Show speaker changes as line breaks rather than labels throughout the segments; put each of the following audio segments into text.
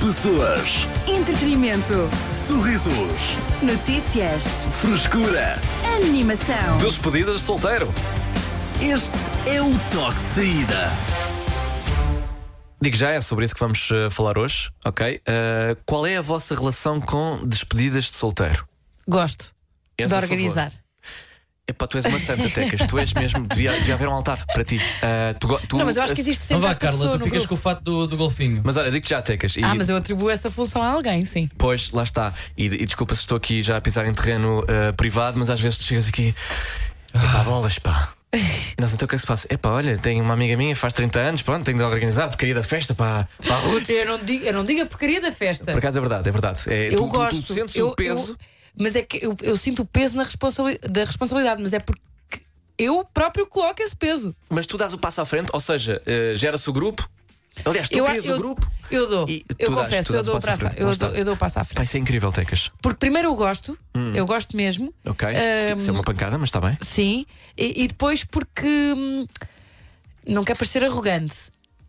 Pessoas,
Entretenimento.
sorrisos,
Notícias.
frescura.
Animação.
Despedidas de solteiro.
Este é o toque de saída.
Digo já, é sobre isso que vamos eh, falar hoje, ok? Eh, qual é a vossa relação com despedidas de solteiro?
Gosto
És
de
É a favor?
organizar.
Epá, tu és uma santa, Tecas. Tu és mesmo, devia, devia haver um altar para ti. Eh, tu go- tu-
Não, mas eu acho que existe
Não
sempre
vá,
esta
Carla,
pessoa
tu
no
ficas
grupo.
com o fato do, do golfinho.
Mas olha, digo já, Tecas. E
Ah, mas eu atribuo essa função a alguém, sim.
depois, lá está. E, e desculpa se estou aqui já a pisar em terreno eh, privado, mas às vezes tu chegas aqui.
Ah."
Epá, bolas, pá. Nossa, então o que é que se passa? Epá, olha, tenho uma amiga minha, faz 30 anos, pronto, tenho de organizar, porcaria da festa para, para a Ruth.
Eu não digo, eu não digo a porcaria da festa.
Por acaso é verdade, é verdade. É,
Eu
tu, tu-
gosto.
Tu, sentes
eu,
o peso.
eu- mas é que eu, eu sinto o peso na responsabili- da responsabilidade, mas é porque eu próprio coloco esse peso.
Mas tu dás o passo à frente, ou seja, eh, gera-se o grupo. Aliás, tu
eu,
crias
eu,
o grupo.
Eu dou.
E tu
Eu
dás-
confesso,
tu
eu
dás o
dou,
passo à
praça,
frente, lá
eu,
está.
dou, eu dou o passo à
Pá,
frente.
isso é incrível, Tecas.
Porque primeiro eu gosto, eu gosto mesmo.
Hum. Ok?
Ahm.
Isso é uma pancada, mas está bem.
Sim, e, e depois porque hum, não quer parecer arrogante,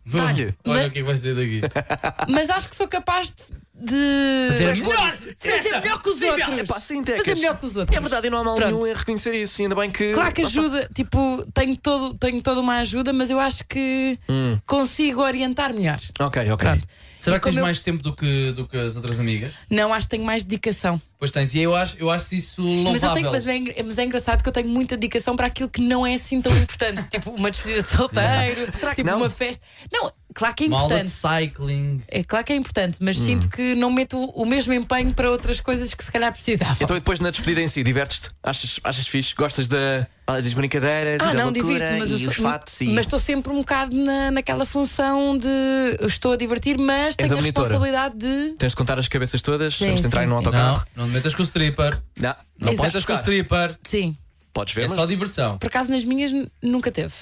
Dá-lhe.
Olha
Mas-
o que é que vais dizer daqui.
mas acho que sou capaz de, de
Fazer
fazer, melhor, fazer melhor que os outros.
É pá, sim, Tecas.
fazer melhor que os outros.
É verdade, e não há mal
Pronto.
nenhum em reconhecer isso. E ainda bem que.
Claro que ajuda, tipo, tenho, todo, tenho toda uma ajuda, mas eu acho que
Hum.
consigo orientar melhor.
Ok, ok.
Pronto.
Será
E
que tens
como eu-
mais tempo do que, do que as outras amigas?
Não, acho que tenho mais dedicação.
Pois tens, e eu acho, eu acho isso louvável.
Mas, eu tenho, mas, é, engra- mas é engraçado que eu tenho muita dedicação para aquilo que não é assim tão importante. tipo, uma despedida de solteiro, tipo,
não?
uma festa. Não, claro que é
Malta de
importante.
cycling.
É claro que é importante, mas
Hum.
sinto que não meto o mesmo empenho para outras coisas que se calhar precisava.
Então, e depois na despedida em si, divertes-te? Achas, achas fixe? Gostas da, ah, das brincadeiras? e
Ah,
da
não,
loucura,
divirto-me, mas, eu
e
sou-
os fatos e...
mas estou sempre um bocado na, naquela função de eu estou a divertir, mas tenho
a
a
monitora.
responsabilidade de.
Tens de contar as cabeças todas,
Sim,
temos de entrar
sim,
em um
sim.
autocarro.
Não, não te metas com o stripper.
Não,
Não
não, podes
metas com o
tocar.
stripper.
Sim.
Podes ver,
É
mas
só diversão.
Por acaso nas minhas n- nunca teve.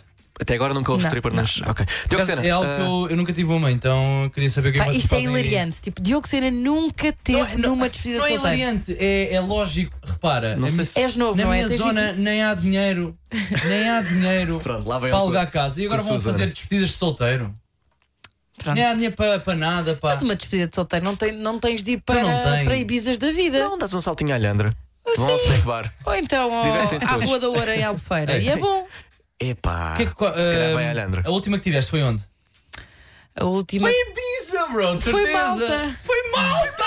até agora nunca houve
Não,
stripper
não,
nas. Ok. Diogo Sena,
É algo
ah,
que eu, eu nunca tive uma, então eu queria saber o que é
Pá,
que vocês
isto é
fazem aí.
hilariante. Tipo, Diogo Sena nunca
Não
teve
é- não-
numa despedida
Não é
de solteiro.
hilariante, é, é lógico. Repara,
Não
a
sei
minha-
se-
És novo,
na
não
minha
é? Tens
zona
20.
nem há dinheiro. Nem há dinheiro.
Pronto, lá vem
para
ele
alugar
com-
casa e agora
com a
vão
Susana.
fazer despedidas de solteiro.
Pronto.
Nem há dinheiro para, para nada, pá.
Mas uma despedida de solteiro não, tem, não tens de ir
não
para,
tens.
para Ibizas da vida.
Não, dás um saltinho à Leandra. Vão ao
Ah, sim.
snack bar.
Ou então ao-
Divertem-se
à
todos.
Rua da Oura em Albufeira. e é bom.
Epá.
Que é que co-
se calhar
ah,
vai à Leandra.
a última que tiveste foi onde?
A última.
Ibiza, bro, de
Foi malta.
Foi malta!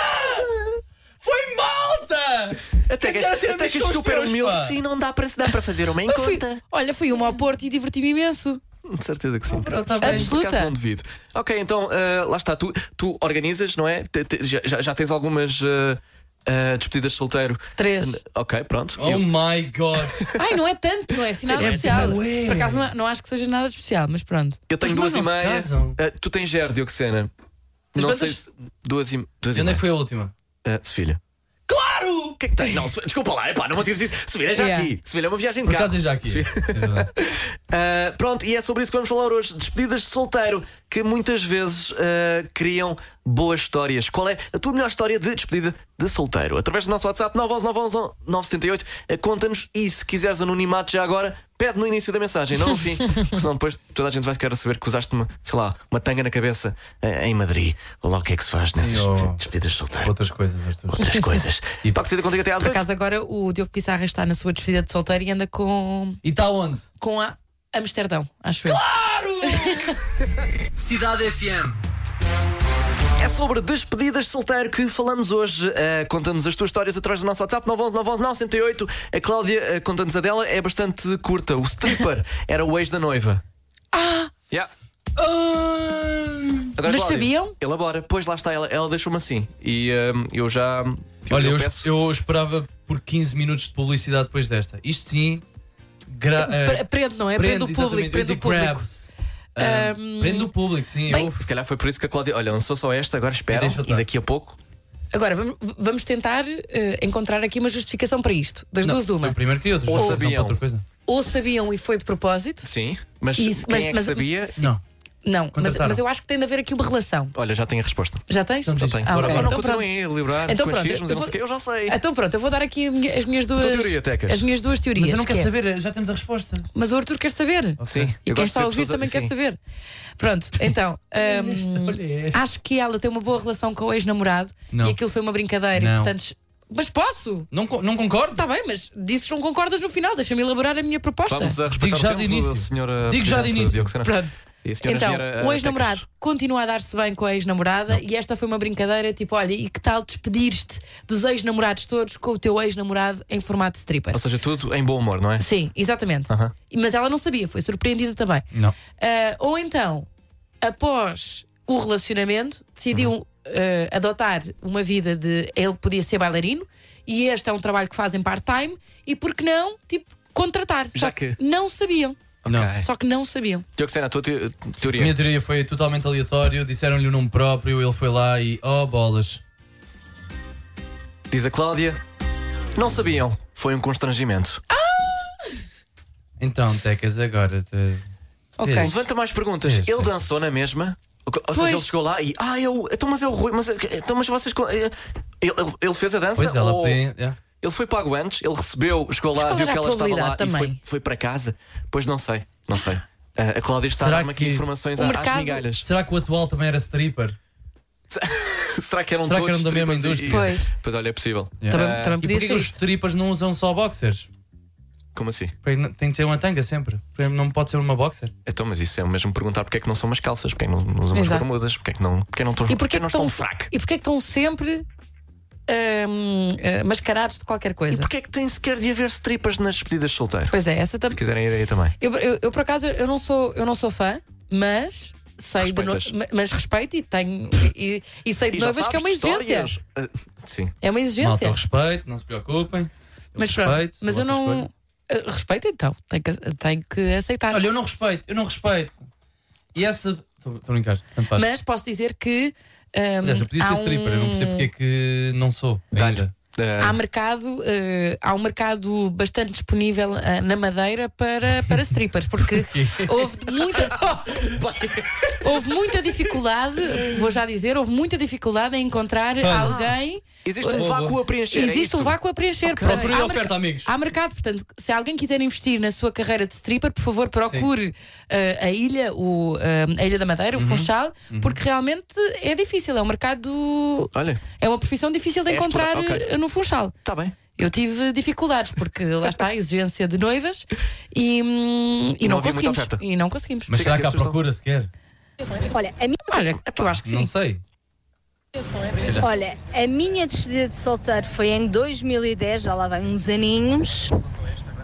Foi malta!
Até que,
Agora temos
até que
com os
super
teus, pá.
humilde, sim, não dá para se dar para fazer uma
Eu fui-
enconta.
olha, fui uma ao Porto e diverti-me imenso.
De certeza que sim.
Pronto, tá bem.
Mas por acaso
Absoluta.
não devido. Ok, então ah, lá está. Tu, tu organizas, não é? Te- te- já, já- já tens algumas ah, ah, despedidas de solteiro.
Três.
Ok, pronto.
Oh
Eu-
my god!
Ai, não é tanto, não é assim nada
Sim, é
especial.
assim, ué.
Por acaso não, não acho que seja nada especial, mas pronto.
Eu tenho
Os
duas
meus
e
não se
meia.
casam.
Ah, tu tens Ger, Diocena. Não
bandas-
sei se. Duas e, duas
E
e
onde é
meia.
que foi a última?
Ah, Sevilha.
Claro!
O que é que tens? Não, se- desculpa lá, epá, não me tires isso. Sevilha é já
Yeah.
aqui. Sevilha é uma viagem de
Por
carro.
acaso é já aqui.
Sim. Ah, pronto, e é sobre isso que vamos falar hoje. Despedidas de solteiro que muitas vezes ah, criam boas histórias. Qual é a tua melhor história de despedida de solteiro? Através do nosso WhatsApp 911-911-978, ah, conta-nos e se quiseres anonimato já agora, pede no início da mensagem, não no fim, porque senão depois toda a gente vai querer saber que usaste uma, sei lá, uma tanga na cabeça ah, em Madrid. Ou lá o que é que se faz nessas
ou-
despedidas de solteiro.
Outras coisas, Arthur.
Outras coisas. E para que contigo até às
Por
8.
acaso agora o Diogo Pissarra está na sua despedida de solteiro e anda com,
E está onde?
com a Amsterdão, acho eu.
Cidade FM.
É sobre despedidas de solteiro que falamos hoje. Eh, conta-nos as tuas histórias atrás do nosso WhatsApp 911 911 908. A Cláudia, eh, conta-nos a dela, é bastante curta. O stripper era o ex da noiva. Ah! Yeah. Agora,
Mas
Cláudia,
sabiam?
Elabora, pois lá está, ela, ela deixou-me assim. E ehm, eu já.
Olha, Tipo, eu,
peço.
eu esperava por 15 minutos de publicidade depois desta. Isto sim. Gra eh,
Pre- Prende, não é? Prende o público. Prende o público. Um,
Ah, Prende o público, sim.
bem,
eu-
Se calhar foi por isso que a Cláudia. Olha, lançou só esta, agora espera.
E deixa eu
E,
estar.
daqui a pouco.
Agora, vamos, vamos tentar eh, encontrar aqui uma justificação para isto. Das
Não,
duas, uma.
Eu primeiro queria outros,
Ou
não, não, para
sabiam.
outra coisa.
Ou sabiam e foi de propósito,
Sim, mas
Isso,
quem
mas-
é que
mas-
sabia?
Não.
Não, mas,
Contrataram.
mas eu acho que tem de haver aqui uma relação.
Olha, já tenho a resposta.
Já tens?
Então diz.
Tenho.
Ah, ok.
Agora não
Então
continuem a liberar
Então
com
pronto,
achismos
eu
e não sei o quê. Eu já sei.
Então pronto, eu vou dar aqui a minha- as minhas duas.
teoria, Tecas.
As minhas duas teorias.
Mas eu não quero
que é-
saber, já temos a resposta.
Mas o Arthur quer saber.
Oh, Sim.
E
eu
quem
gosto
está a
de ver
ouvir
pessoas- assim.
também quer
sim.
saber. Pronto, então. hum,
Olha esta.
acho que ela tem uma boa relação com o ex-namorado
Não.
e aquilo foi uma brincadeira e
Não.
portanto. Mas posso!
Não, co- não concordo?
Está bem, mas disses que não concordas no final, deixa-me elaborar a minha proposta.
Vamos a respeitar
Digo já
o
de
tempo
início.
da senhora
Digo já de
Presidente
início.
Diogo Sena.
Pronto.
E a senhora
Então,
engenheira,
o
eh,
ex-namorado continua a dar-se bem com a ex-namorada e esta foi uma brincadeira tipo: olha, e que tal despedir-te dos ex-namorados todos com o teu ex-namorado em formato de stripper?
Ou seja, tudo em bom humor, não é?
Sim, exatamente.
Aham.
Mas ela não sabia, foi surpreendida também.
Não.
Ah, ou então, após o relacionamento, decidiu
Uhum.
ah, adotar uma vida de. Ele podia ser bailarino e este é um trabalho que fazem part-time e por que não, tipo, contratar.
Já
Só que,
que- É.
não sabiam.
Não.
Ok.
Só que não sabiam.
Diogo Sena, a tua te-
A
teoria.
minha teoria foi totalmente aleatório, disseram-lhe o nome próprio, ele foi lá e oh bolas.
Diz a Cláudia. Não sabiam. Foi um constrangimento.
Ah! Então, Tecas, agora. te-
Ok.
É.
Levanta mais perguntas.
É,
ele
sim.
dançou na mesma? Ou ou seja,
Pois.
ele chegou lá e. Ah, eu. Então, mas é o Rui. Mas, então, mas vocês. co- eh, Ele, ele- ele fez a dança?
Pois ela
ou-
tem. é.
Ele foi pago antes, ele recebeu, chegou lá,
qual
viu
era
que
a
ela estava lá
probabilidade
e foi,
também?
foi para casa? Pois não sei, não sei. Ah, a Cláudia está
Será
a dar-me aqui
que
informações
o
às,
mercado-
às migalhas.
Será que o atual também era stripper?
Será que eram
Será que
todos
eram da mesma
strippers e-
indústria?
Pois.
Pois olha, é possível.
Também,
Ah,
também
E
podia
porquê
ser
que os
isto.
strippers não usam só boxers?
Como assim?
Porque não- Tem que ser uma tanga sempre. Porque Não pode ser uma boxer.
Então, mas isso é o mesmo perguntar porque é que não são umas calças, porque é que não não usam umas
Exato.
bermudas, porque é que não, porque é que não, tão-
E
porque
porquê
é que
que
não estão
estão,
fraco.
e porquê que estão sempre hum, ah, mascarados de qualquer
E
coisa?
porquê é que tem sequer de haver strippers nas despedidas de solteiro?
Pois é, essa
Se
também.
quiserem ir aí também.
Eu, eu- eu, por acaso eu não sou, eu não sou fã, mas sei de no...
Respeitas.
ma- mas respeito e tenho e, e sei de
E já
noivas que é uma
sabes de
exigência.
histórias? Ah, sim.
É uma
Malta,
exigência.
eu respeito, não se preocupem. Eu
mas pronto,
respeito,
mas
a
eu
vossa
não
escolha.
Eh, respeito então, tenho que, tenho que aceitar.
Olha, eu não respeito, eu não respeito. E essa. Estou estou a brincar, tanto faz.
mas posso dizer que hum,
Aliás, eu podia
há
ser stripper, eu não percebo
um-
porque é que não sou.
Dá-lhe.
Ainda.
Ah,
Há mercado, eh, há um mercado bastante disponível ah, na Madeira para, para strippers, porque houve muita, houve muita dificuldade, vou já dizer, houve muita dificuldade em encontrar alguém.
existe um
Boa,
vácuo
boa.
a preencher. é
Existe
isso?
um vácuo a preencher.
Procura a
merca-
oferta, amigos.
há mercado, portanto, se alguém quiser investir na sua carreira de stripper, por favor, procure eh, a ilha, o, eh, a Ilha da Madeira, o
Uhum.
Funchal, porque realmente é difícil, é um mercado.
Olha,
É uma profissão difícil de
É explorar-
encontrar
ok.
eh, no Funchal.
está bem.
Eu tive dificuldades, porque lá está a exigência de noivas e, hum, e
Não
não,
havia muita
conseguimos.
oferta.
E não conseguimos.
Mas
Fica
será
aqui
que
a
há
sugestão.
procura sequer?
Olha, é a minha,
olha, que eu acho que
Não
sim.
sei.
olha, a minha despedida de solteiro foi em 2010, já lá vai uns aninhos.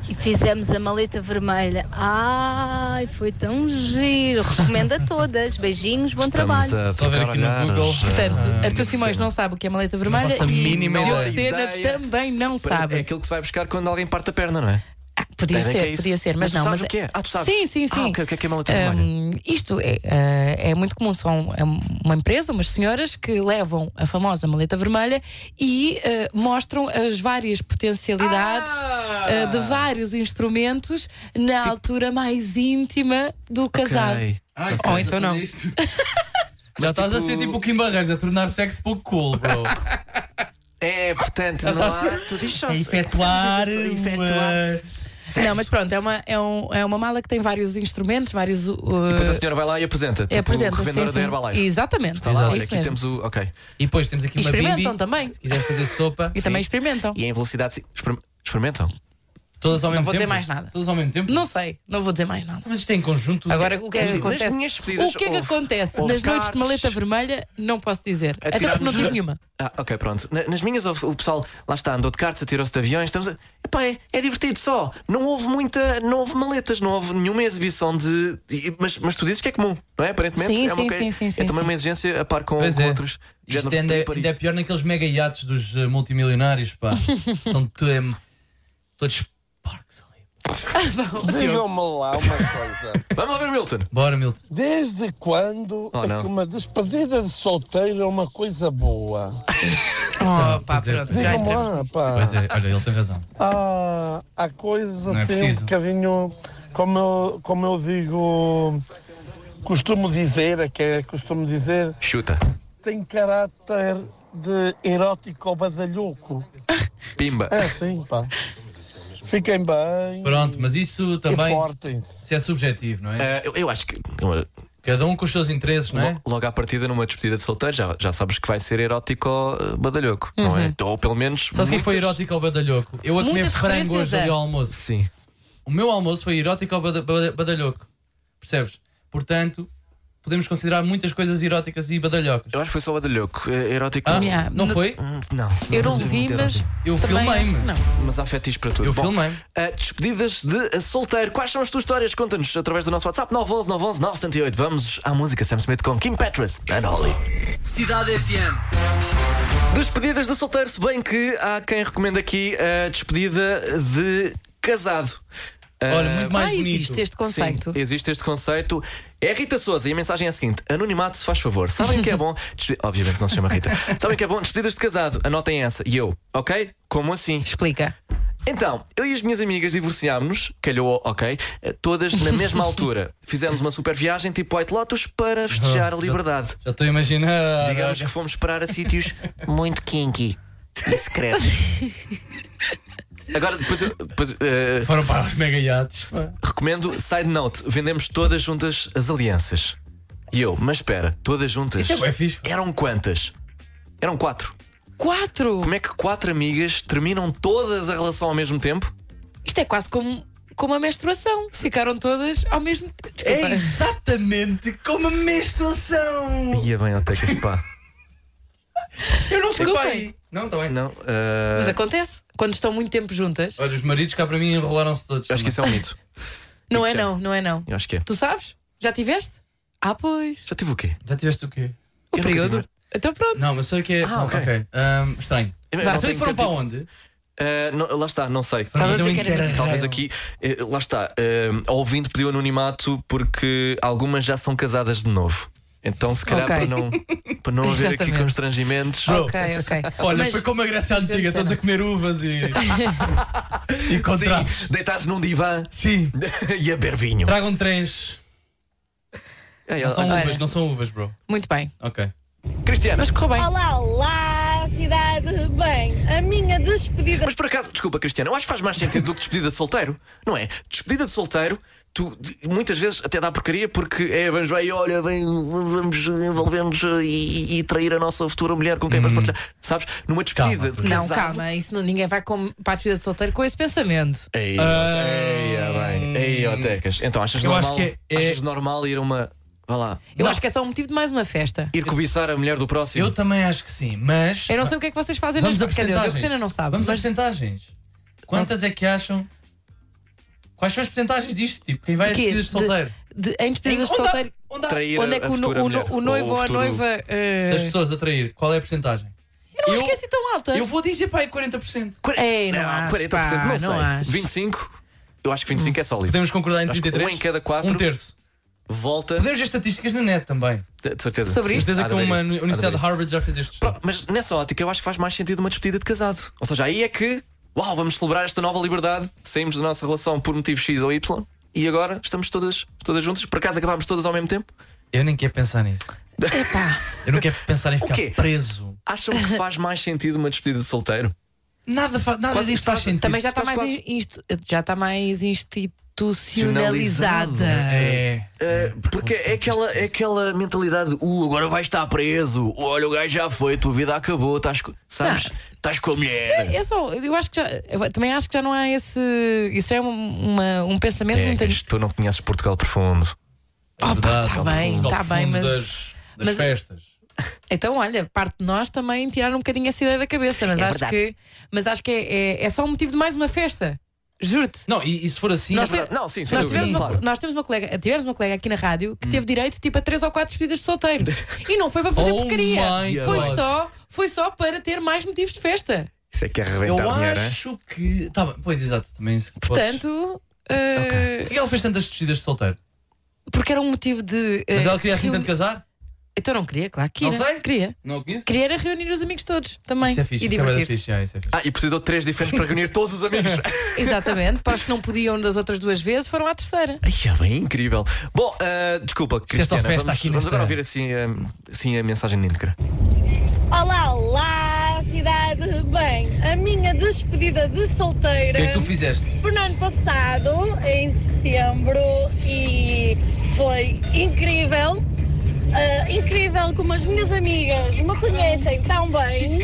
E fizemos a maleta vermelha. Ai, foi tão giro. Recomendo a todas. Beijinhos,
Um
bom trabalho.
Só ver aqui no
trabalhar
Google.
as-
Portanto,
Ah,
Arthur Simões não sabe o que é maleta vermelha
faço a
e
mínima
Diogo
ideia.
Sena
Ideia.
também não
É
sabe.
aquilo que se vai buscar quando alguém parte a perna, não é?
Ah, podia
Espera,
ser,
que é isso?
podia ser, mas,
tu
não.
sabes
mas
o que é? Ah, tu sabes?
Sim, sim,
Ah,
sim.
o que, o que é que é maleta vermelha?
Hum, isto é, ah, é muito comum, são é uma empresa, umas senhoras que levam a famosa maleta vermelha e ah, mostram as várias potencialidades ah, de vários instrumentos na altura mais íntima do casal.
Tipo Ok.
Ai,
Ou então não.
Já estás a
tipo-
ser tipo o Kim Barreiros, a tornar sexo pouco cool, bro.
É, portanto, não há. Tu diz só. Efetuar.
Não, mas pronto, é uma, é, um, é uma mala que tem vários instrumentos, vários. uh,
Depois é a senhora vai lá e apresenta.
é,
tipo,
apresenta,
revendedora
sim,
da
sim.
Herbalife.
Exatamente.
Está lá,
é
olha,
isso
aqui
mesmo.
temos o. Ok.
E depois temos aqui
E
uma
experimentam
bimbi.
também.
Se quiser fazer sopa.
E também experimentam.
E em velocidade. sim, exper- Experimentam.
Todas ao
Não
mesmo tempo.
vou dizer mais nada.
Todas ao mesmo tempo.
Não sei, não vou dizer mais nada.
Mas isto é em conjunto.
Agora, o que é
Assim,
que
nas
acontece?
minhas despedidas
O que é que
houve-
acontece
houve
nas noites de
cartas.
maleta vermelha? Não posso dizer. Até porque não
Atirámos-
tive nenhuma.
Ah, ok, pronto. Na- Nas minhas, houve- o pessoal lá está, andou de cartas, atirou-se de aviões. Estamos a... Epá, é, é divertido só. Não houve muita. Não houve maletas, não houve nenhuma exibição de. e- Mas, mas tu dizes que é comum, não é? Aparentemente
Sim,
é, uma
sim,
que-
sim, sim, sim,
é também
sim.
uma exigência a par com,
Pois
com
é.
outros.
Isto
géneros
ainda,
de Paris.
ainda é pior naqueles mega iates dos eh, multimilionários, pá. São tudo, em- todos porcos ali.
Digam-me lá uma coisa.
Vamos lá ver, Milton.
Bora, Milton.
Desde quando
Oh,
é
não.
que uma despedida de solteiro é uma coisa boa?
Oh, pá,
pois é,
pronto,
pois
já
é.
Digam-me
entramos.
lá, pá.
Pois é, olha, ele tem razão.
Ah, há coisas
Não é
assim um
preciso.
bocadinho, como eu, como eu digo, Costumo dizer, é que é, costumo dizer,
Chuta.
tem caráter de erótico badalhoco.
Pimba.
Ah.
É assim, pá. Fiquem bem
Pronto, mas isso
e
também.
portem-se.
Isso é subjetivo, não é?
Eh, eu, eu acho que. eh,
Cada um com os seus interesses, não é?
lo- Logo à partida, numa despedida de solteiro, já, já sabes que vai ser erótico eh, badalhoco, não é? Ou pelo menos.
Uhum. Sabes o que é que foi
muitas-
erótico ao badalhoco? Eu a comer
Muitas
frango hoje
referências,
ali ao
é.
almoço.
Sim.
O meu almoço foi erótico ao bada- bada- badalhoco. Percebes? Portanto, podemos considerar muitas coisas eróticas e badalhocas.
Eu acho que foi só badalhoco. Eh, Erótico.
Ah,
Yeah.
não
No-
foi?
Hum, Não.
Eu não
Muito
vi, mas.
erótico.
Eu
também acho
filmei-me.
que Não.
Mas há fetiches para tudo.
Eu
Bom,
filmei.
eh, despedidas de eh, solteiro. Quais são as tuas histórias? Conta-nos através do nosso WhatsApp 911 911 978. Vamos à música Sam Smith com Kim Petras and Holly.
Cidade FM.
Despedidas de solteiro, se bem que há quem recomenda aqui a despedida de casado.
Olha,
Ah,
muito mais
ah,
bonito.
existe este conceito.
Sim, existe este conceito. É a Rita Souza e a mensagem é a seguinte: anonimato, se faz favor. Sabem o que é bom. Despe- Obviamente não se chama Rita. Sabem o que é bom? Despedidas de casado. Anotem essa. E eu, ok? Como assim?
Explica.
Então, eu e as minhas amigas divorciámos-nos, calhou, ok, eh, todas na mesma altura. Fizemos uma super viagem tipo White Lotus para festejar a liberdade.
Já estou a imaginar.
Digamos que fomos parar a sítios muito kinky e secretos. Agora, depois, eu- depois, eh,
Foram para os mega iates. pá.
recomendo side note: vendemos todas juntas as alianças. E eu, mas espera, todas juntas.
Isso é bué fixe, pá.
Eram quantas? Eram quatro.
Quatro!
Como é que quatro amigas terminam todas a relação ao mesmo tempo?
Isto é quase como, como a menstruação. Ficaram todas ao mesmo tempo. Desculpa.
É exatamente como a menstruação.
Ia bem, Otecas, pá.
Eu não fui para
Desculpem.
aí. Não, está bem.
Não, eh,
Mas é acontece. Quando estão muito tempo juntas.
Olha, os maridos cá para mim enrolaram-se todos.
Eu acho que isso é um mito.
Não é
Tipo,
não, não é não.
Eu acho que é.
Tu sabes? Já tiveste? Ah, pois.
Já tive o quê?
Já tiveste o quê?
Eu
O
nunca
período.
tive.
Então pronto.
Não, mas sei o que é.
Ah, ok.
Ahm, estranho.
Eu
Então
não
e
tenho
foram para
tido-
onde?
Eh, não, lá está, não sei.
Talvez
Fazer um
eu quero ver.
interrail.
tipo- Talvez aqui, eh, lá está, eh, a ouvinte pediu anonimato porque algumas já são casadas de novo. Então, se calhar,
Ok.
para não, para não haver aqui
Exatamente.
constrangimentos.
Ok, ok.
Olha,
Mas
foi como a Grécia
mas
Antiga,
pensa,
todos a
não.
comer uvas e. e
Sim,
contra.
deitados num divã
Sim.
e a beber vinho.
Tragam três.
Ei,
Não são
olha,
uvas, não são uvas, bro.
Muito bem.
Ok.
Cristiana,
Mas correu bem.
Olá, olá, cidade. Bem, a minha despedida
mas por acaso, desculpa, Cristiana, eu acho que faz mais sentido do que despedida de solteiro, não é? Despedida de solteiro. Tu, de- muitas vezes até dá porcaria porque é, vamos vai, olha, vem, vamos envolver-nos eh, e, e trair a nossa futura mulher com quem
Hum.
vais partilhar. Sabes? Numa despedida de
Não,
casado-
calma, isso não, ninguém vai com, para a despedida de solteiro com esse pensamento.
Ei,
Ah.
ei, ah, bem. Ei, ó, Tecas. Então achas
Eu
normal?
acho que é-
Achas normal ir a uma. Vá lá.
Eu
Não.
acho que é só um motivo de mais uma festa.
Ir cobiçar a mulher do próximo.
Eu também acho que sim, mas.
Eu não sei o que é que vocês fazem
Vamos a
nas. Quer dizer, o Diogo
percentagens.
Sena não sabe.
Vamos às
mas
percentagens. Quantas é que acham? Quais são as percentagens disto? Tipo, quem vai a
de quê?
despedidas de solteiro?
De- de- em
Em-
despedidas de
Então
onde há-
solteiro,
onde há-
Trair
onde
a-
é que
a
o, no-
futura
o no-
mulher,
o noivo ou a
futuro-
noiva. eh,
das pessoas a trair? Qual é a percentagem?
Eu não
Eu-
acho que é assim tão alta.
Eu vou dizer, pá, é 40%.
Ei, não, acho,
40%
pá,
não, sei.
acho.
25? Eu acho que 25 é sólido.
Podemos concordar em
Acho que
33?
um em cada quatro.
Um terço.
Volta.
Podemos ver estatísticas na net também.
De, de certeza.
Sobre
Sim,
isto?
Certeza
há
que
de haver
uma
isso, há de
Universidade
haver
de Harvard já fez este
isso.
estudo.
Pronto, Mas nessa ótica eu acho que faz mais sentido uma despedida de casado. Ou seja, aí é que. Uau, vamos celebrar esta nova liberdade. Saímos da nossa relação por motivo X ou Y e agora estamos todas, todas juntas. Por acaso acabámos todas ao mesmo tempo?
Eu nem quero pensar nisso. Eu não quero pensar em ficar
quê?
preso.
Acham que faz mais sentido uma despedida de solteiro?
Nada, fa nada
Quase
disso
estás-
faz sentido.
Também já está
Estás
mais,
quase-
instu- já está mais institucionalizada.
É.
Uh, porque é aquela, é aquela mentalidade, uh, agora vais estar preso, olha, o gajo já foi, tua vida acabou, estás, co- sabes, estás com a mulher.
É só, eu acho que já, eu também acho que já não há esse. Isso já é uma, uma- um
É,
pensamento muito.
Tecas, tu não conheces Portugal profundo.
Oh, pá,
Verdade,
está
ao
bem,
fundo,
está
ao
bem,
fundo
mas.
Das, das
mas-
festas.
Então, olha, parte de nós também tirar um bocadinho essa ideia da cabeça, mas acho que, mas acho que é, é, é só um motivo de mais uma festa. Juro-te.
Não, e, e se for assim.
Nós
é verdade.
te-
Não, sim, sem
Nós
dúvida.
tivemos, uma,
claro.
nós temos uma colega, tivemos uma colega aqui na rádio que teve direito tipo a três ou quatro despedidas de solteiro. E não foi para fazer
Hum. Oh
porcaria.
my
Foi
God.
só, foi só para ter mais motivos de festa.
Isso é que é arrebentar
Eu
dinheiro, é?
acho que. Tá bem, pois exato, também. se- podes-
Portanto, eh,
Porquê ela fez tantas despedidas de solteiro?
porque era um motivo de. eh,
Mas ela queria assim
reuni-
tanto casar?
Então não queria, claro que
Não
queria.
sei.
Queria.
Não a conheço?
Queria era reunir os amigos todos também.
Isso é fixe,
e
isso é bué da
divertir-se.
fixe, já, isso é fixe.
Ah, e precisou de três diferentes para reunir todos os amigos.
Exatamente. Para os que não podiam das outras duas vezes, foram à terceira.
Ai, é bem incrível. Bom, ah, desculpa,
é só
Cristiana,
festa
vamos,
aqui
vamos
nesta-
agora ouvir assim, ah, assim a mensagem na íntegra.
Olá, olá, cidade. Bem, a minha despedida de
O
solteira
que é que tu fizeste?
foi no ano passado, em setembro, e foi incrível. Ah, incrível como as minhas amigas me conhecem tão bem,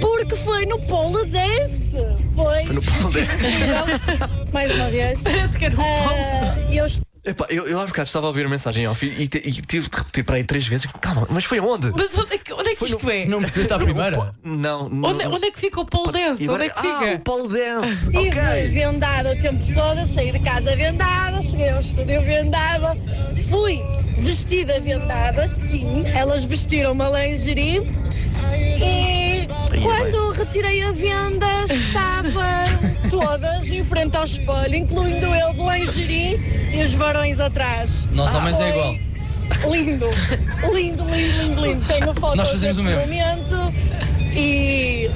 porque foi no polo dance. Foi
Foi no pau dele.
incrível. Mais uma vez.
Parece que era um
Ah, eu
Epá, eu, eu há bocado estava a ouvir a mensagem off e, e te- e tive de repetir para aí três vezes. Calma, mas foi onde?
Mas onde é que, onde é que isto é?
Não me fizeste à primeira?
Não, não.
Onde, onde é que fica o pole dance?
E agora-
Onde é que
Ah, o
fica?
Paulo Dance.
Estive
ok.
vendada o tempo todo, saí de casa vendada, cheguei ao estúdio vendada, fui vestida vendada, sim, elas vestiram uma lingerie e quando retirei a venda estava todas em frente ao espelho, incluindo eu de lingerie e os varões atrás. Ah,
Nós homens é
Foi
igual.
Lindo, lindo, lindo, lindo, lindo. Tenho fotos
Nós fazemos o
desse
mesmo.
momento e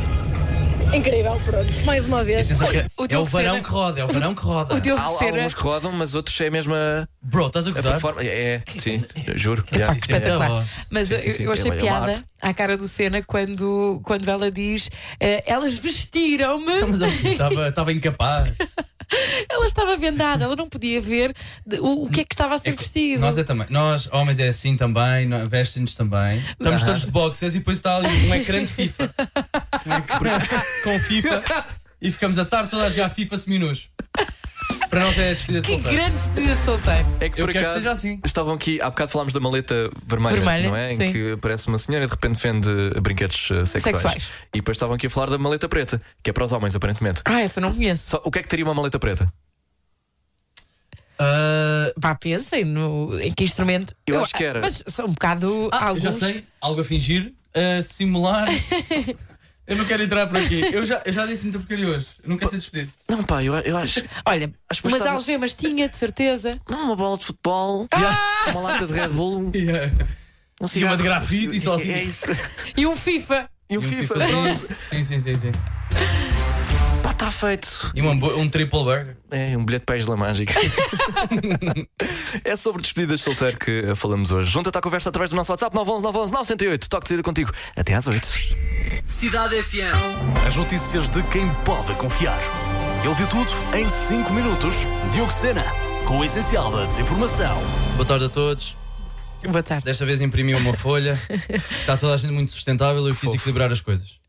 incrível, pronto, mais uma vez.
Atenção que
o
é
Diogo
o varão
Sena-
que roda, é o varão que roda.
O Diogo
Há, há
Sena.
alguns que rodam, mas outros é mesmo a,
Bro, estás a
a
gozar?
performance. É, sim, eu juro.
Epá,
Já.
sim, sim, é
espetacular.
uma-
Mas
sim,
eu-
sim, sim,
eu,
é
achei
uma- é uma
piada
arte.
à cara do Senna quando, quando ela diz eh, elas vestiram-me.
Mas eu estava- estava incapaz.
Ela estava vendada, ela não podia ver de- o, o que é que estava a ser
É que
vestido.
Nós é também. Nós, homens, é assim também, nó- vestem-nos também. Estamos todos de boxers e depois está ali um ecrã de FIFA. Um ecrã com FIFA e ficamos a tarde toda a jogar FIFA seminus. Para nós é a despedida de
Que
solteiro.
grande despedida de solteiro.
É que
Eu
por
quero que
acaso
seja assim.
estavam aqui, há bocado falámos da maleta vermelha,
Vermelha,
não é? Em
sim.
que aparece uma senhora e de repente vende brinquedos eh, sexuais.
Sexuais.
E depois estavam aqui a falar da maleta preta, que é para os homens, aparentemente.
Ah, essa eu não conheço.
Só, o que é que teria uma maleta preta?
Ah,
Pá, pensem no, em que instrumento.
Eu acho que era.
Mas são um bocado
ah, eu
alguns.
já sei, algo a fingir, a simular. Eu não quero entrar por aqui. Eu já, eu já disse muita porcaria hoje. Eu não quero ser despedido.
Não, pá, eu, eu acho.
Olha,
Acho que
umas
bastava-
algemas tinha, de certeza.
Não, uma bola de futebol, uma lata de Red Bull,
Yeah.
um
E uma
cigarro.
de grafite e só assim.
É isso.
E um FIFA.
E o
E um
FIFA,
FIFAzinho.
pronto.
Sim, sim, sim, sim.
Pá, está feito.
E um, hambú- um triple burger.
É, um bilhete para a Isla Mágica. é sobre despedidas de solteiro que eh, falamos hoje. Junta-te à conversa através do nosso WhatsApp 911 911 908. Toque de saída contigo até às 8.
Cidade FM.
As notícias de quem pode confiar. Ele viu tudo em 5 minutos. Diogo Sena, com o essencial da desinformação.
Boa tarde a todos.
Boa tarde.
Desta vez imprimi uma folha. Está toda a gente muito sustentável e eu quis equilibrar as coisas.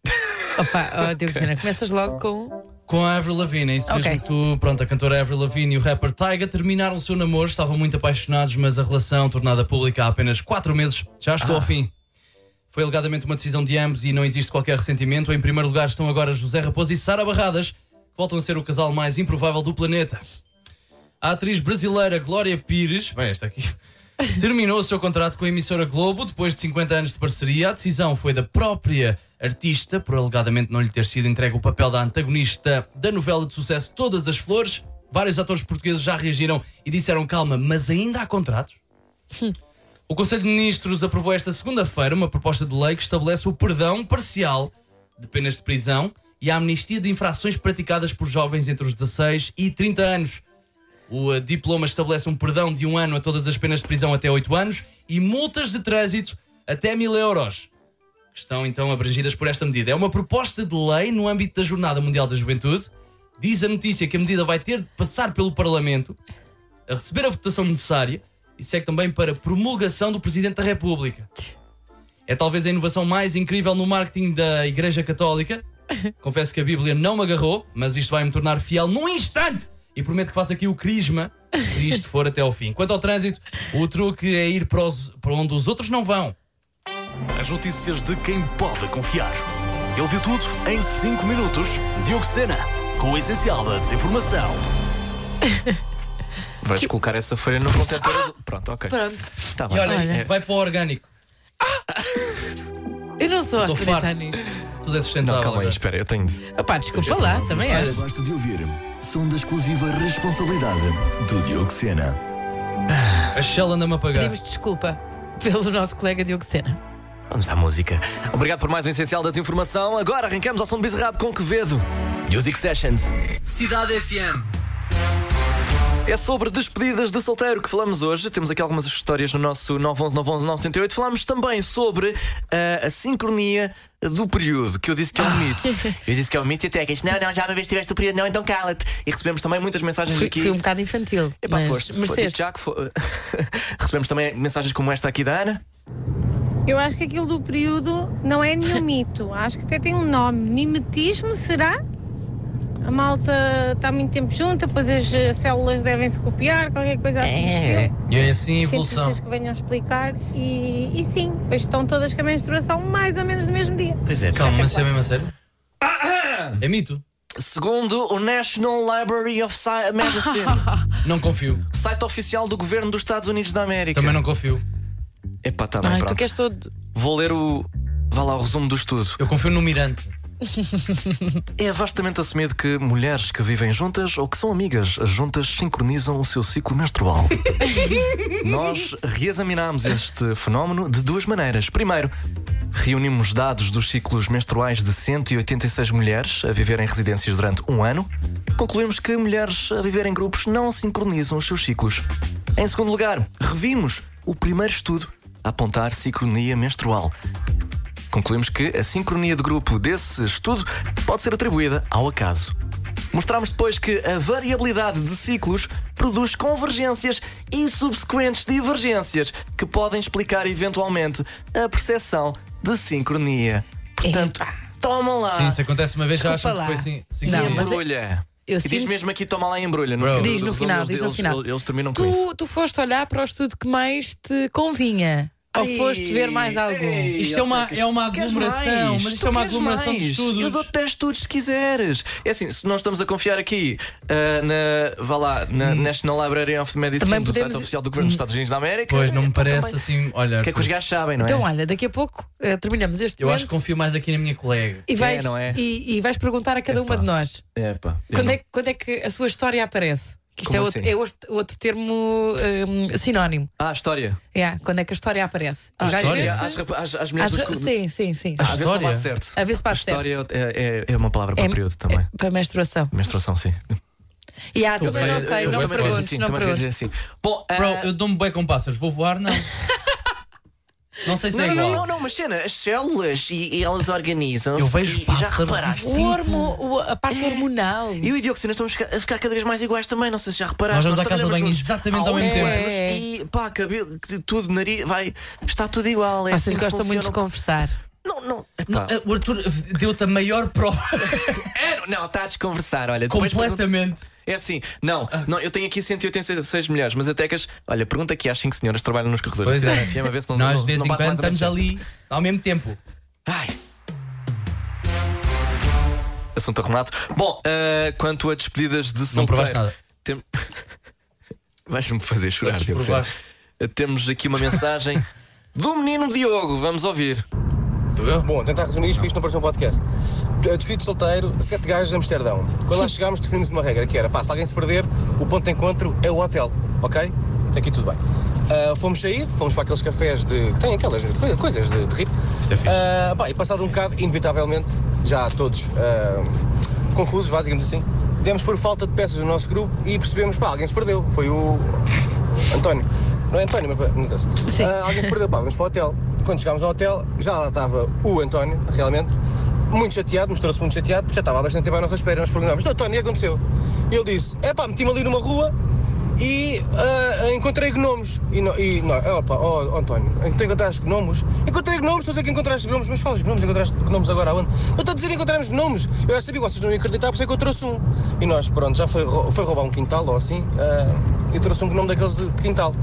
Opa, oh, Diogo Sena, começas logo com.
Com a Avril Lavigne, é isso
Ok.
mesmo que tu. Pronto, a cantora Avril Lavigne e o rapper Tyga terminaram o seu namoro, estavam muito apaixonados, mas a relação, tornada pública há apenas 4 meses, já chegou ao fim. Foi alegadamente uma decisão de ambos e não existe qualquer ressentimento. Em primeiro lugar estão agora José Raposo e Sara Barradas, que voltam a ser o casal mais improvável do planeta. A atriz brasileira Glória Pires, bem, esta aqui, terminou o seu contrato com a emissora Globo depois de 50 anos de parceria. A decisão foi da própria artista por alegadamente não lhe ter sido entregue o papel da antagonista da novela de sucesso Todas as Flores. Vários atores portugueses já reagiram e disseram calma, mas ainda há contratos? O Conselho de Ministros aprovou esta segunda-feira uma proposta de lei que estabelece o perdão parcial de penas de prisão e a amnistia de infrações praticadas por jovens entre os 16 e 30 anos. O eh, diploma estabelece um perdão de um ano a todas as penas de prisão até 8 anos e multas de trânsito até 1000 euros, que estão então abrangidas por esta medida. É uma proposta de lei no âmbito da Jornada Mundial da Juventude. Diz a notícia que a medida vai ter de passar pelo Parlamento, a receber a votação necessária e segue também para promulgação do Presidente da República. É talvez a inovação mais incrível no marketing da Igreja Católica. Confesso que a Bíblia não me agarrou, mas isto vai me tornar fiel num instante e prometo que faço aqui o crisma se isto for até ao fim. Quanto ao trânsito, o truque é ir para, os- para onde os outros não vão.
As notícias de quem pode confiar. Ele viu tudo em 5 minutos. Diogo Sena, com o essencial da desinformação.
Vais colocar essa folha no contentor. azul. Pronto, ok.
Pronto.
Está
E
bem. É.
olha,
Olha.
vai para o orgânico.
Eu não sou a
Estou
acreditar
farto.
nisso.
Tudo é sustentável.
Não, calma aí,
agora.
espera, eu tenho de.
Opa, desculpa lá, também acho.
Basta de ouvir. São da exclusiva responsabilidade do Diogo Sena.
a Shell anda-me a pagar.
Pedimos desculpa. pelo nosso colega Diogo Sena.
Vamos à música. Obrigado por mais um essencial da desinformação. Agora arrancamos ao som de Bizarrap com Quevedo. Music Sessions.
Cidade FM.
É sobre despedidas de solteiro que falamos hoje. Temos aqui algumas histórias no nosso 911 911 908. Falámos também sobre ah, a sincronia do período, que eu disse que é um mito. Eu disse que é um mito e até que isto, não, não, já uma vez tiveste o período, não, então cala-te. E recebemos também muitas mensagens
Fui,
aqui.
fui um bocado infantil.
Epá,
mas
foste, foste,
mereceste.
Tiago, fo- Recebemos também mensagens como esta aqui da Ana.
Eu acho que aquilo do período não é nenhum mito. Acho que até tem um nome. Mimetismo, será? A malta está muito tempo junta, depois as eh, células devem se copiar, qualquer coisa assim. do estilo.
E é assim a evolução.
cientistas que venham explicar e, e sim, pois estão todas com a menstruação mais ou menos no mesmo dia.
Pois é,
Calma, mas é mesmo a sério? É mito.
Segundo o National Library of Sci- Medicine,
Não confio.
site oficial do governo dos Estados Unidos da América.
Também não confio.
Epá, tá bem,
Ai, tu
pronto.
queres todo.
Vou ler o. Vá lá, o resumo do estudo.
Eu confio no Mirante.
É vastamente assumido que mulheres que vivem juntas ou que são amigas juntas sincronizam o seu ciclo menstrual. Nós reexaminámos este fenómeno de duas maneiras. Primeiro, reunimos dados dos ciclos menstruais de 186 mulheres a viver em residências durante um ano. Concluímos que mulheres a viver em grupos não sincronizam os seus ciclos. Em segundo lugar, revimos o primeiro estudo a apontar sincronia menstrual. Concluímos que a sincronia de grupo desse estudo pode ser atribuída ao acaso. Mostramos depois que a variabilidade de ciclos produz convergências e subsequentes divergências que podem explicar eventualmente a percepção de sincronia. Portanto, tomam lá.
Sim, se acontece uma vez já acham
Desculpa
que
lá.
foi assim.
Não,
sincronia.
mas-
embrulha.
eu
e diz
sinto-
mesmo aqui, toma lá embrulha.
Bro.
final
Diz
do
no
resumo,
final,
eles-
diz no
eles-
final.
Eles terminam com isso.
Tu, tu foste olhar para o estudo que mais te convinha. Ou
Ei,
foste ver mais algum?
ei.
Isto é uma, é uma
Queres
aglomeração,
mais?
mas isto
Tu
é uma
queres
aglomeração
mais?
de
Eu
estudos.
dou-te 10 estudos se quiseres. É assim, se nós estamos a confiar aqui ah, na, vá lá,
Hum.
na National Library of Medicine,
Também
do site
podemos-
oficial do Governo dos Estados Unidos da América,
Pois, não me
então
parece
também-
assim. Olha,
O que é que os
Arthur,
gajos sabem, não é?
Então, olha, daqui a pouco eh, terminamos este
eu acho que
momento
confio mais aqui na minha colega.
e, vais,
É, não é?
e, e vais perguntar a cada uma de nós
é, pá, eu
quando
não-
é, que- quando é que a sua história aparece. Que isto
Como
é, outro,
assim?
é outro- outro termo hum, sinónimo.
Ah, história.
Yeah, quando é que a história aparece. E
Ah,
vais
história.
ver se-
Às, rapa- às- às
Às
mulheres
ra-
dos clubes. Ah,
Sim, sim, sim.
Às vezes não
História?
bate certo.
Às vezes
A
bate
história é, é- é uma palavra para
É-
o período também.
Para a menstruação.
Menstruação, sim.
E há, também não sei,
eu
não
também vejo
perguntes,
assim,
não
também vejo
perguntes.
assim. Bom, ah,
Bro, eu dou-me bem com pássaros. Vou voar? Não. não sei se é
não,
igual.
não, não, não, mas cena, as células e, e elas organizam-se.
Eu
e-
vejo
e já
pássaros
reparaste.
e
O
sinto-
hormo, o- a parte hormonal.
assim. É. Eu e o Dioxina estamos a ficar cada vez mais iguais também, não sei se já reparaste.
Nós vamos à casa de
trabalhamos
banho
juntos
exatamente
há
ao mesmo
oito
tempo.
anos
É.
E pá, cabelo, que tudo, nariz, vai, está tudo igual. É assim
Vocês
que
gostam muito de
funciona.
conversar.
Não, não, é
Não,
epá.
eh, o Arthur deu-te a maior prova
É, não, não, está a desconversar, olha. depois pergunta-
completamente.
É assim, não, não, eu tenho aqui 186 mulheres, mas até que as. Olha, pergunta aqui às 5 senhoras que trabalham nos corredores.
Pois é.
FM, a ver se não,
Nós,
não,
de vez
não
em
bate mais
quando,
ou menos
estamos
certo.
ali ao mesmo tempo.
Ai. Assunto arrumado. Bom, ah, quanto a despedidas de solteiro.
provaste nada.
tem- Vais-me fazer chorar,
Só
Diogo.
desprovaste.
Sena. Temos aqui uma mensagem do menino Diogo. Vamos ouvir.
Sou eu?
Bom, tentar resumir isto para isto não parecer um podcast. Eh, Desfile de solteiro, sete gajos de Amsterdão. Quando lá chegámos, definimos uma regra que era: pá, se alguém se perder, o ponto de encontro é o hotel, ok? Até aqui tudo bem. Ah, fomos sair, fomos para aqueles cafés de. tem aquelas coi- coisas de, de rir.
Isto é fixe.
Ah, pá, e passado um bocado, inevitavelmente, já todos ah, confusos, vá, digamos assim, demos por falta de peças do nosso grupo e percebemos: pá, alguém se perdeu. Foi o. António. Não é António, mas pá, não interessa.
Sim.
Ah, alguém se perdeu, pá, vamos para o hotel. Quando chegámos ao hotel, já lá estava o António, realmente, muito chateado, mostrou-se muito chateado, porque já estava há bastante tempo à nossa espera. Nós perguntámos, "Então, António, o que aconteceu? E ele disse, é pá, meti-me ali numa rua e ah, encontrei gnomos. E, no, e nós, opa, oh, António, tu encontraste gnomos? Encontrei gnomos, tu a dizer que encontraste gnomos, mas falas gnomos, encontraste gnomos agora aonde? Eu estou a dizer que encontramos gnomos. Eu já sabia que vocês não iam acreditar, por isso é que eu trouxe um. E nós, pronto, já foi, rou- foi roubar um quintal ou assim, ah, e trouxe um gnome daqueles de de quintal.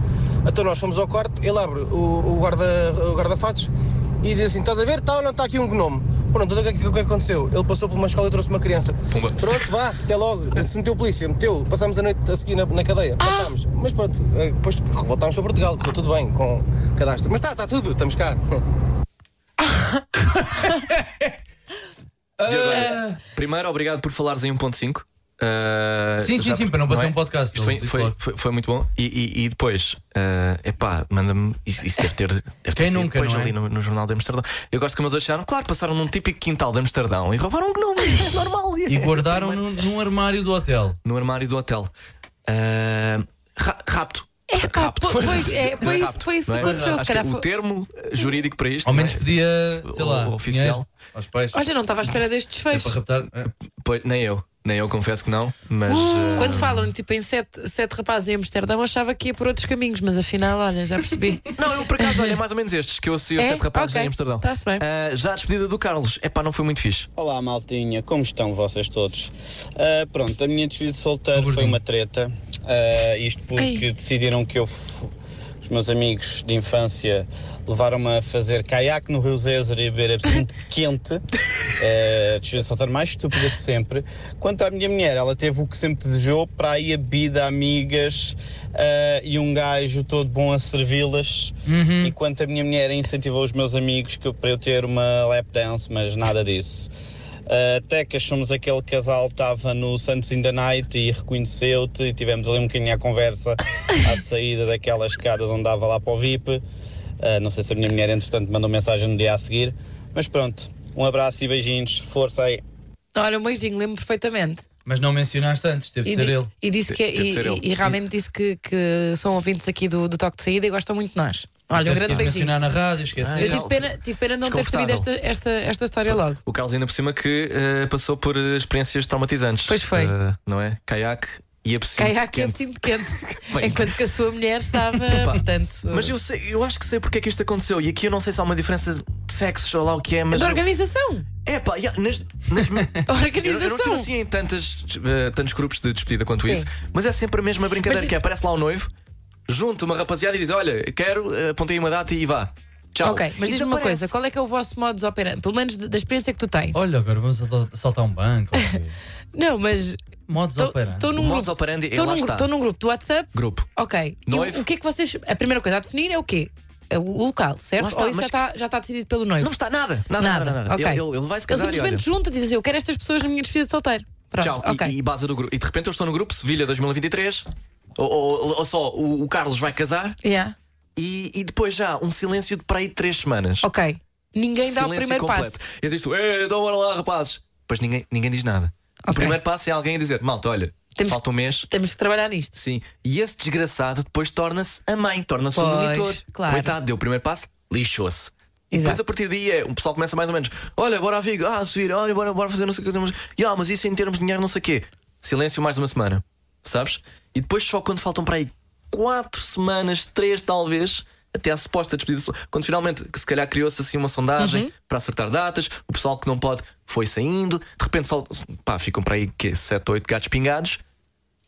Então nós fomos ao quarto, ele abre o, o guarda- o guarda-fatos e diz assim: estás a ver? Está ou não está aqui um gnome? Pronto, então o que, é que- o que é que aconteceu? Ele passou por uma escola e trouxe uma criança. Pronto, vá, até logo. Se meteu a polícia, meteu. Passámos a noite a seguir na, na cadeia. Matámos. Mas pronto, eh, depois voltámos para Portugal, correu tudo bem com cadastro. Mas está, está tudo, estamos cá.
Ah.
Diogo, olha, Primeiro, obrigado por falares em 1.5. Ah,
Sim, sim,
já-
sim, para não passar
é?
um podcast,
Isto Foi,
ele disse
foi,
logo.
foi- foi muito bom. E, e- e depois, ah, epá, manda-me. Isso, isso deve ter. Deve ter
Quem
sido
nunca,
depois
não é?
ali no, no jornal de Amsterdão. Eu gosto que eles acharam, claro, passaram num típico quintal de Amsterdão e roubaram o gnome. É normal.
E guardaram num, num armário do hotel.
no armário do hotel. Ah, ra- rapto.
É, pá, po- pois é, foi
Não
isso-
rapto,
foi isso que
não é?
aconteceu,
Acho
se
que
calhar
o
foi-
termo eh, jurídico para isto.
Ao
não é?
menos pedia, sei
O-
lá,
o oficial.
dinheiro aos pais.
Olha, não estava à espera deste
É
desfecho.
para raptar. É.
Pois, nem eu, nem eu confesso que não, mas. eh,
Quando falam tipo em sete, sete rapazes em Amsterdão, achava que ia por outros caminhos, mas afinal, olha, já percebi.
Não, eu por acaso, olha, é mais ou menos estes que eu associo a
É?
sete rapazes
Ok.
em Amsterdão.
Tá-se bem.
Ah, já a despedida do Carlos, é pá, não foi muito fixe.
Olá, maltinha, como estão vocês todos? Ah, pronto, a minha despedida de solteiro
Gordinho.
foi uma treta. Ah, isto porque
Ai.
decidiram que eu. f- Os meus amigos de infância levaram-me a fazer caiaque no Rio Zézer e a beber absinto quente. Ah, despedida de solteiro mais estúpida de sempre. Quanto à minha mulher, ela teve o que sempre desejou: praia, bebida, amigas ah, e um gajo todo bom a servi-las.
Uhum.
Enquanto a minha mulher incentivou os meus amigos que, para eu ter uma lap dance, mas nada disso. Uh, Tecas, somos aquele casal que estava no Santos in the Night e reconheceu-te e tivemos ali um bocadinho à conversa à saída daquelas escadas onde dava lá para o VIP. Uh, não sei se a minha mulher, entretanto, mandou mensagem no dia a seguir. Mas pronto, um abraço e beijinhos. Força aí.
Olha, um beijinho, lembro perfeitamente.
Mas não mencionaste antes, teve
E,
de ser
di-
ele.
e disse que,
Deve
e,
ser ele.
e- e realmente disse que, que são ouvintes aqui do, do toque de saída e gostam muito de nós. Olha, um
Tiveste
grande
que
beijinho.
Então, mencionar na rádio, esqueci.
Ah,
Eu
Geraldo.
tive pena, tive pena de não ter sabido esta,
Desconfortável.
esta, esta história logo.
O Carlos ainda por cima que eh, passou por eh, experiências traumatizantes.
Pois foi.
Eh, não é? Caiaque e a piscina.
Caiaque é
quente.
absinto quente.
Bem,
Enquanto que a sua mulher estava, portanto.
Mas eu, sei- eu acho que sei porque é que isto aconteceu. E aqui eu não sei se há uma diferença de sexo ou lá o que é, mas.
Da
eu-
organização!
É pá, yeah, nas, nas,
A
eu, eu não estive
Organização!
assim em tantas, eh, tantos grupos de despedida quanto
Sim.
isso, mas é sempre a mesma brincadeira
Mas-
que é, aparece lá o noivo, junta uma rapaziada e diz: Olha, quero, eh, apontei uma data e vá. Tchau.
Ok, mas
E
diz-me uma
desaparece.
coisa: qual é que é o vosso modus operandi? Pelo menos da da experiência que tu tens.
Olha, agora vamos assaltar- assaltar um banco. ou quê?
Não, mas.
Modus operandi.
Estou
O
num
modus
grupo.
operandi é,
Estou
lá
num,
está.
gru- tô num grupo do WhatsApp.
Grupo.
Ok. E
Noivo.
o, o que é que vocês. A primeira coisa a definir é o quê? É O, o local, certo?
Lá está,
Ou isso já
mas
está, já está decidido pelo noivo?
Não está nada, nada, nada. nada, nada.
ok.
Ele, ele- ele vai se casar
Ele
e olha.
simplesmente junta e diz assim: Eu quero estas pessoas na minha despedida de solteiro. Pronto,
Tchau. E-
ok.
E, baza do grupo. E de repente eu estou no grupo Sevilha 2023. Ou, ou- ou só o, o Carlos vai casar
Yeah.
e, e depois já um silêncio de para aí de três semanas.
Ok. Ninguém dá o
Silêncio
primeiro
completo.
passo.
E eu digo, "Eh, então bora lá, rapazes. Pois ninguém, ninguém diz nada. O
Ok.
primeiro passo é alguém dizer: malta, olha,
Temos-
falta um mês.
Temos que trabalhar nisto.
Sim. E esse desgraçado depois torna-se a mãe, torna-se o
Pois,
monitor.
claro.
Coitado, deu o primeiro passo, lixou-se. E depois
Exato.
a partir daí é, o pessoal começa mais ou menos: olha, bora a Vigo, ah, subir, olha, bora, bora fazer não sei o que, mas, Ya, mas isso em termos de dinheiro, não sei o quê. Silêncio mais uma semana, sabes? E depois só quando faltam para aí quatro semanas, três talvez. Até à suposta despedida, de sol- quando finalmente, que se calhar criou-se assim uma sondagem
Uhum.
para acertar datas, o pessoal que não pode foi saindo, de repente só, pá, ficam para aí quê, sete, oito gatos pingados,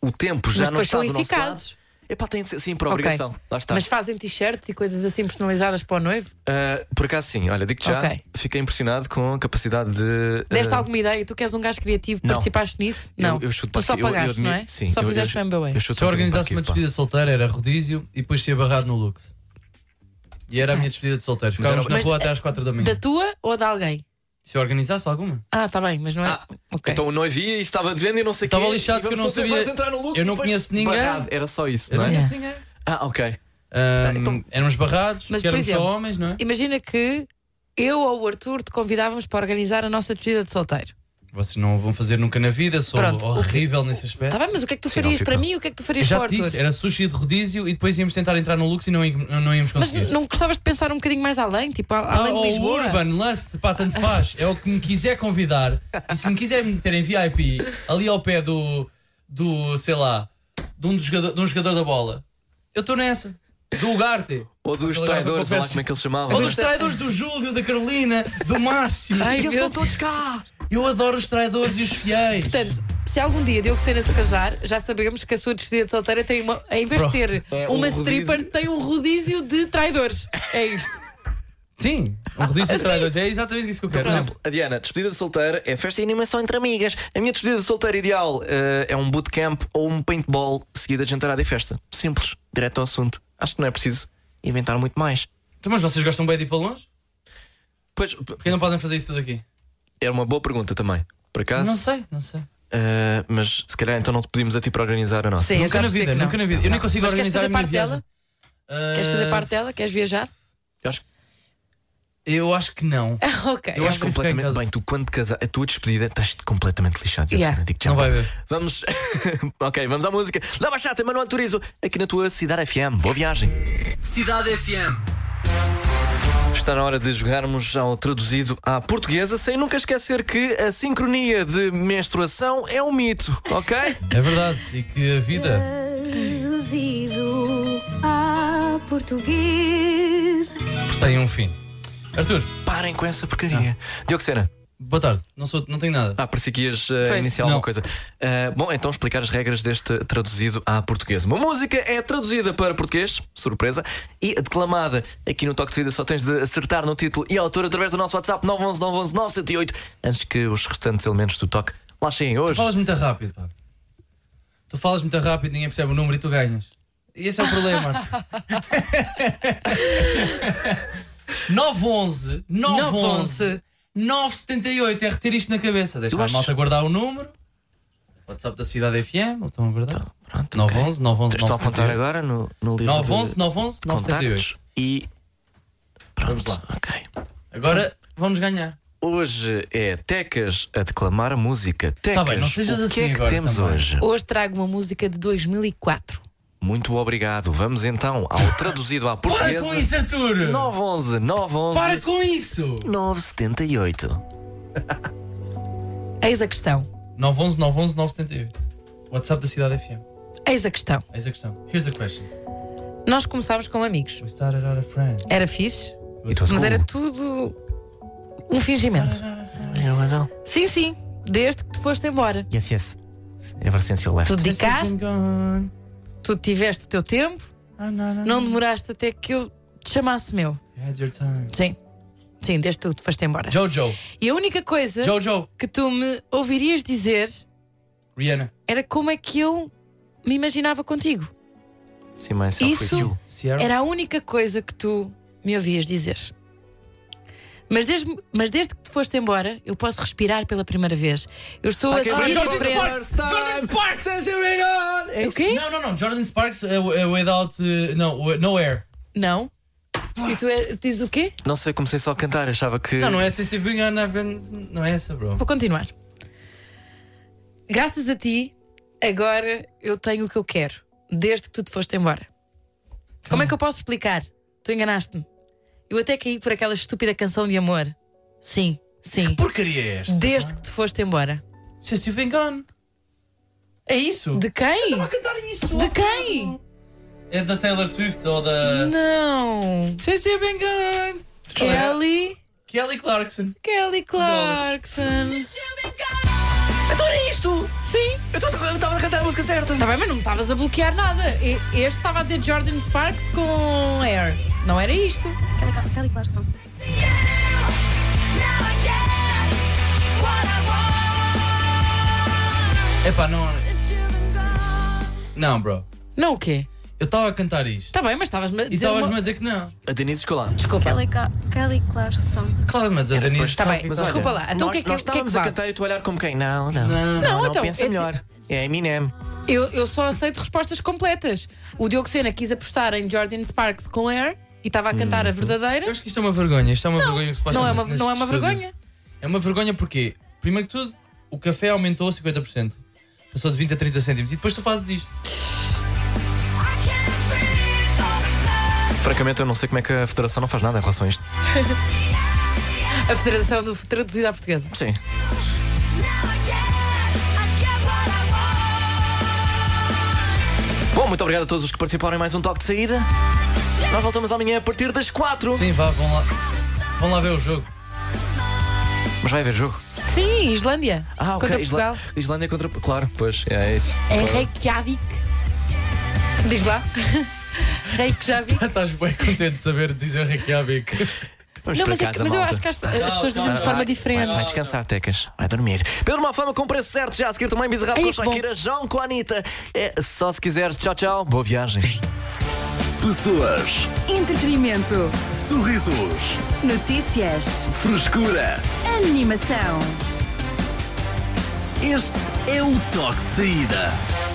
o tempo já
Mas
não
depois
está
são
do nosso
eficazes.
lado. Epá, tem de ser sim, por
Ok.
obrigação. Lá está.
Mas fazem t-shirts e coisas assim personalizadas para o noivo?
Ah, por acaso sim, olha, digo já,
Ok.
fiquei impressionado com a capacidade de.
Deste
ah,
alguma ideia? Tu queres um gajo criativo?
não.
Participaste nisso?
eu-
não.
eu chuto
tu
para
só
aqui, eu- eu
pagaste, não é?
admito- sim,
só
eu- eu-
fizeste
eu-
bamboé.
eu chuto
Se eu
um para aqui,
organizasse uma
pá.
despedida de solteiro era rodízio e depois ser barrado no Lux. E era a minha despedida de solteiro. Ficávamos
era-
na
mas- eh,
rua até às 4 da
Da
manhã.
tua ou da alguém?
Se eu organizasse alguma?
Ah, tá bem, mas não é.
Ah,
ok.
Então o noivo ia e estava de venda e não sei o quê,
Estava lixado
e
que eu
vamos
não
fazer-
sabia.
vamos entrar no Lux
Eu
e
não
depois
conheço ninguém.
barrado. Era só isso,
Eu
não
não
é?
conheço
Yeah.
ninguém.
Ah, ok.
Ahm,
então-
Éramos barrados,
Mas,
que
por
éramos
exemplo,
só homens, não é?
Imagina que eu ou o Arthur te convidávamos para organizar a nossa despedida de solteiro.
Vocês não vão fazer nunca na vida, sou
Pronto, o que-
horrível nesse aspecto.
Tá bem, mas o que é que tu
Sim, não,
farias
tipo,
para
não.
mim e o que é que tu
Eu
farias para o
já te
Arthur?
disse, era sushi de rodízio e depois íamos tentar entrar no Lux e não, íamos- não íamos
Mas
conseguir.
não gostavas de pensar um bocadinho mais além, tipo, a- além de
Ah, ou o
Lisboa?
Urban, Lust, pá, tanto faz. É o que me quiser convidar. E se me quiser meter em VIP, ali ao pé do, do sei lá, de um, dos jogador, de um jogador da bola, eu estou nessa. Do Ugarte.
Ou dos
Aquele
traidores,
gajo
ou
que
lá
eu
como é que eles
confesso-
chamavam.
Ou dos traidores do Júlio, da Carolina, do Márcio.
Ai, meu Deus.
todos cá!
Eu adoro os traidores e os fiéis.
Portanto, se algum dia Diogo Sena se casar, já sabemos que a sua despedida de solteira tem uma. Em vez de ter
É um
uma
rodízio.
stripper, tem um rodízio de traidores. É isto.
Sim, um rodízio
Assim?
de traidores. É exatamente isso que eu quero.
Por exemplo, a Diana, despedida de solteira é festa e animação entre amigas. A minha despedida de solteira ideal eh, é um bootcamp ou um paintball seguida de jantarada e festa. Simples, direto ao assunto. Acho que não é preciso inventar muito mais.
Então, mas vocês gostam bem de ir para longe?
Pois,
Porquê não podem fazer isso tudo aqui?
era uma boa pergunta também. Por acaso,
Não sei, não sei.
Ah, mas se calhar então não te pedimos a ti para organizar a nossa.
Sim,
nunca
já
na
percebi
vida,
que não.
nunca na vida. Eu nem consigo
Mas queres
organizar a
fazer
minha
parte
viagem.
dela? Queres fazer
Ah,
parte dela? Queres viajar?
Eu acho,
Eu acho que não.
ok.
eu acho
que vou ficar em
completamente
casa.
bem. Tu, quando casar, a tua despedida, estás-te completamente lixado.
Yeah.
Digo,
Não vai ver.
Vamos. ok, vamos à música. Lava Chata, Manuel Turizo, aqui na tua Cidade FM. Boa viagem.
Cidade FM.
Está na hora de jogarmos ao traduzido à portuguesa, sem nunca esquecer que a sincronia de menstruação é um mito, ok?
É verdade. E que a vida.
Traduzido a português.
tem um fim. Arthur,
Parem com essa porcaria. Diogo Sena,
boa tarde. Não, sou, não tenho nada.
ah, parecia que ias eh,
Pois.
iniciar
Não.
alguma coisa. Eh, bom, então explicar as regras deste traduzido à portuguesa. Uma música é traduzida para português, surpresa, e declamada. Aqui no Toque de Vida só tens de acertar no título e autor através do nosso WhatsApp 911 911 908 antes que os restantes elementos do toque lá cheguem
Tu
hoje.
falas muito rápido, pá. Tu falas muito rápido, ninguém percebe o número e tu ganhas. E esse é o problema, Arthur. 911, 911, 978. É reter isto na cabeça. Deixa
Eu
a
acho-
malta guardar o número. WhatsApp da Cidade FM, estão a guardar?
Pronto,
911, 911,
Estou Tá, a apontar
978.
agora no, no livro.
911,
de...
911, 978.
contactos e. Pronto,
Vamos lá.
ok.
Agora vamos ganhar.
Hoje é Tecas a declamar a música. Tecas,
bem, não sejas
o que
assim
é que
agora
temos
também.
hoje?
Hoje trago uma música de 2004.
Muito obrigado. Vamos então ao traduzido à
Para
portuguesa.
com isso, Arthur!
911, 911,
Para com isso!
978.
Eis a questão.
911, 911, 978. WhatsApp da Cidade FM.
Eis a questão.
Eis a questão. Here's the question.
Nós começámos como amigos.
We started out of friends.
Era fixe,
E tu
mas era tudo um fingimento.
Era razão.
Sim, sim. Desde que tu foste embora.
Yes, yes. É Ever since you left.
Tu dedicaste, tu tiveste o teu tempo,
Ah,
não demoraste até que eu te chamasse meu. Sim. Sim, desde que tu te foste embora.
Jojo.
E a única coisa
Jojo.
que tu me ouvirias dizer
Rihanna.
era como é que eu me imaginava contigo.
Sim, myself
Isso-
with you.
Sierra.
Era a única coisa que tu me ouvias dizer. Mas desde, mas desde que te foste embora, eu posso respirar pela primeira vez. Eu estou a seguir em frente.
Jordan Sparks!
É O quê?
Não, não, não. Jordan Sparks é, é without. eh, não, eh, no air.
Não. E tu é- dizes o quê?
Não sei, comecei só a cantar, achava que.
Não, não é essa. Se vinha na Não é essa, bro.
Vou continuar. Graças a ti, agora eu tenho o que eu quero, desde que tu te foste embora. Como é que eu posso explicar? Tu enganaste-me. Eu até caí por aquela estúpida canção de amor. Sim, sim.
Porcaria é esta?
Desde que te foste embora.
Since you've been gone. É isso?
De quem?
Estava a cantar isso!
De quem?
É da Taylor Swift ou da.
Não.
Since you've been gone.
Kelly.
Kelly Clarkson.
Kelly Clarkson.
Então era isto!
Sim.
Eu estava a cantar a música certa.
Tá bem, mas não me estavas a bloquear nada. E- Este estava a ter Jordan Sparks com Air. Não era isto.
Kelly Clarkson.
Epá, não. Não, bro.
Não o quê?
Eu estava a cantar isto.
Tá bem, mas estavas-me a
E
dizer.
estavas-me
uma-
a dizer que não.
A Denise Escolar.
Desculpa.
Kelly Clarkson.
Claro, mas a Denise.
Tá bem,
Mas olha,
desculpa lá. Então
nós,
o que é que,
nós
o que, é que
estávamos a
vá?
cantar e tu a olhar como quem? Não, não.
Não,
Não,
não
então,
pensa
esse-
melhor. É Eminem.
Eu, eu só aceito respostas completas. O Diogo Sena quis apostar em Jordan Sparks com Air e estava a cantar a
Eu
verdadeira.
acho que isto é uma vergonha. Isto é uma vergonha que se passa
Não é uma,
neste
não é uma
estúdio.
vergonha.
É uma vergonha porque, primeiro que tudo, o café aumentou 50%. Passou de 20 a 30 cêntimos. E depois tu fazes isto.
Francamente, eu não sei como é que a Federação não faz nada em relação a isto.
A Federação do Traduzida à Portuguesa.
Sim. Bom, muito obrigado a todos os que participaram em mais um toque de saída. Nós voltamos amanhã a partir das 4.
Sim, vá, vão lá. Vão lá ver o jogo.
Mas vai haver jogo.
Sim, Islândia.
Ah, ok.
Contra
Isla-
Portugal.
Islândia contra. Claro, pois, é isso.
É Reykjavik. Diz lá. Reykjavik.
Estás bem contente de saber dizer Reykjavik.
Vamos
Não,
para
mas, é que-
casa,
mas eu
malta.
acho que as, as pessoas dizem de
Vai-
forma
vai-
diferente.
Vai, vai descansar, Tecas. Vai dormir. Pedro Mafama com preço certo. Já a seguir também Bizarrap
Ei,
com
é que bom.
Shakira, João com a Anitta. É só se quiseres. Tchau, tchau. Boa viagem.
Pessoas,
Entretenimento.
sorrisos,
Notícias.
frescura.
Animação.
Este é o toque de saída.